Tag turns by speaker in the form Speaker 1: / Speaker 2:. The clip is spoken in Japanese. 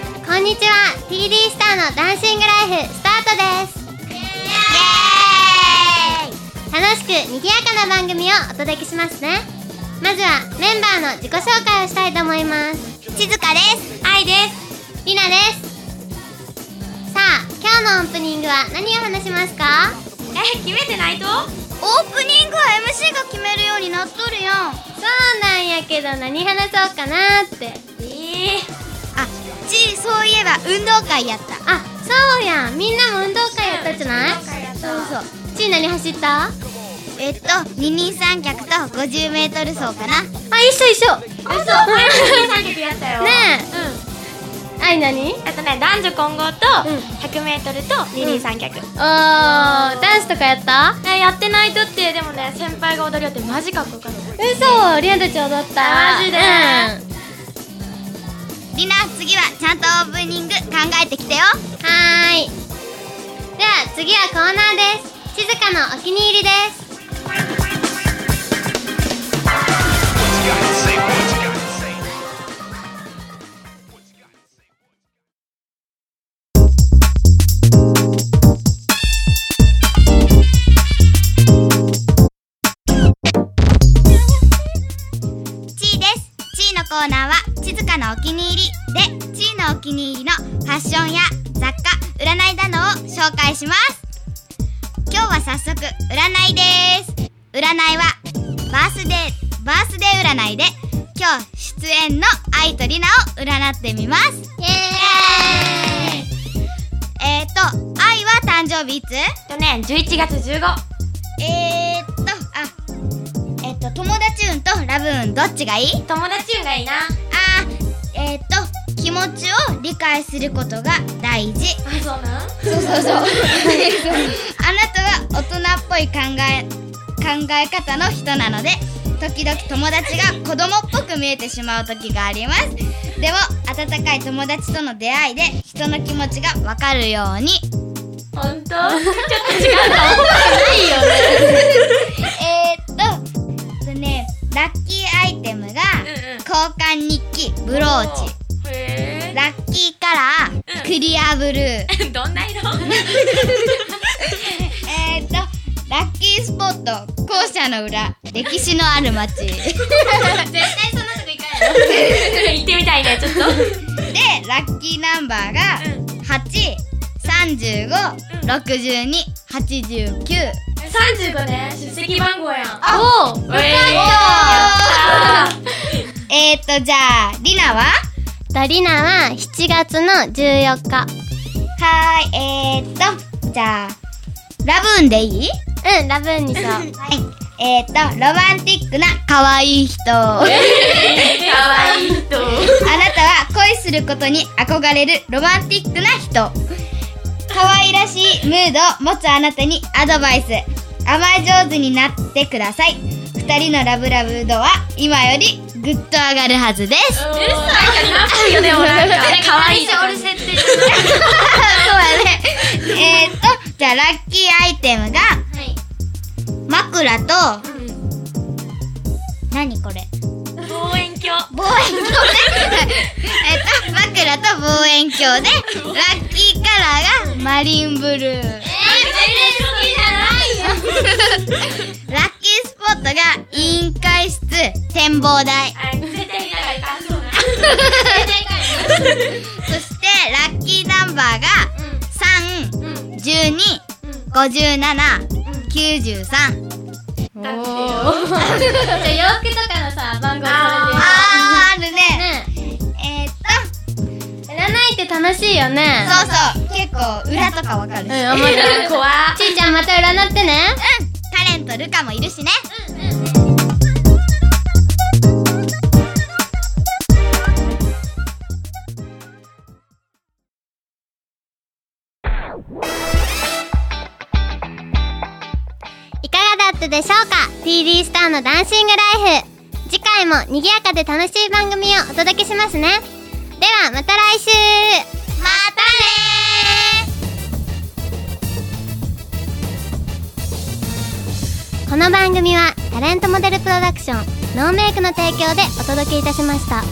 Speaker 1: ちは TD スターのダンシングライフスタートです楽しく賑やかな番組をお届けしますねまずはメンバーの自己紹介をしたいと思います静香です愛ですりなですさあ今日のオープニングは何を話しますか
Speaker 2: え決めてないと
Speaker 1: オープニングは MC が決めるようになっとるよそうなんやけど何話そうかなって
Speaker 2: ええ
Speaker 1: あちそういえば運動会やったあそうやんみんなも運動会やったじゃない
Speaker 2: うん運動会やった
Speaker 1: そうそうち何走ったえっと二人三脚と 50m 走かなあ一緒一緒
Speaker 2: あそう三脚やったよ う
Speaker 1: ねえあい何
Speaker 2: んあとね男女混合と
Speaker 1: うん
Speaker 2: 100m と二人三脚、
Speaker 1: おーダンスとかやった
Speaker 2: ねやってないとってでもね先輩が踊りよってマジかっこよかった
Speaker 1: 嘘リアンたち踊っ
Speaker 2: マ
Speaker 1: た
Speaker 2: ジで
Speaker 1: リナ次はちゃんとオープニング考えてきてよはーいでは次はコーナーです静かのお気に入りです
Speaker 3: What you gotta say? What you gotta say? What you gotta say?
Speaker 4: ちーですちーのコーナーは「静かのお気に入り」でちーのお気に入りのファッションや雑貨占いなどを紹介します今日は早速占いです占いはバースデーバースデー占いで今日出演の愛とりなを占ってみます
Speaker 1: イエーイ
Speaker 4: えーと愛は誕生日いつ
Speaker 2: えっとね11月15
Speaker 4: えーとあえっ、と友達運とラブ運どっちがいい
Speaker 2: 友達運がいいな
Speaker 4: あーえっ、と気持ちを理解することが大事
Speaker 2: あそうなん
Speaker 4: そうそうそうあなたは大人っぽい考え考え方の人なので時々友達が子供っぽく見えてしまう時がありますでも温かい友達との出会いで人の気持ちがわかるように
Speaker 2: 本当ちょっと違うかも
Speaker 4: えー、っとえっとねラッキーアイテムが
Speaker 2: うん
Speaker 4: 交換日記ブローチ
Speaker 2: チへ
Speaker 4: ラッキーカラ
Speaker 2: うん
Speaker 4: ークリア ブルーえ
Speaker 2: え どんな
Speaker 4: ー、
Speaker 2: 色
Speaker 4: っとラッキースポット校舎の裏歴史のある町
Speaker 2: 絶対そんなとこ行かない 行ってみたいねちょっと
Speaker 4: でラッキーナンバーが
Speaker 2: うん
Speaker 4: 835656289
Speaker 2: 35ね出席番号やん
Speaker 1: お
Speaker 2: おえやった
Speaker 4: えー、っとじゃありなは
Speaker 1: ダリナは7月の14日
Speaker 4: はーいえー、っとじゃあラブーンでいい
Speaker 1: うんラブーンにしよ う
Speaker 4: はいえー、っとロマンティックな可愛い人あな
Speaker 2: ーかわいい人
Speaker 4: たは恋することに憧れるロマンティックな人可愛らしいムードを持つあなたにアドバイス甘え上手になってください二人のラブラブ度は今よりぐっと上がるはず です
Speaker 2: うるさいなっぽいよでもなんかかわいい俺設定
Speaker 4: そうだね。えーっと、じゃあラッキーアイテムが、
Speaker 1: はい
Speaker 4: 枕と、何これ
Speaker 2: 望遠鏡
Speaker 4: 望遠鏡ね。えーっと、枕と望遠鏡で、ラッキーカラーがマリンブルー。ラッキースポットが委員会室展望台。
Speaker 2: あれ絶対見ながらいかんそうな
Speaker 4: そして、ラッキーナンバーが、3、
Speaker 2: うんうん
Speaker 4: 12、57、93。
Speaker 2: だってよ
Speaker 1: じゃあ洋服とかのさ番号
Speaker 2: あ
Speaker 4: あー、あるね。
Speaker 1: ね
Speaker 4: えーっと、
Speaker 1: 占いって楽しいよね
Speaker 4: そうそう、結構裏とかわかるし。うん、
Speaker 1: うん思い出
Speaker 2: ー 怖
Speaker 1: ちーちゃんまた占ってね
Speaker 4: カレンとルカもいるしね。
Speaker 1: いかがだったでしょうか TD スターのダンシングライフ次回も賑やかで楽しい番組をお届けしますねではまた来週またねこの番組はタレントモデルプロダクションノーメイクの提供でお届けいたしました。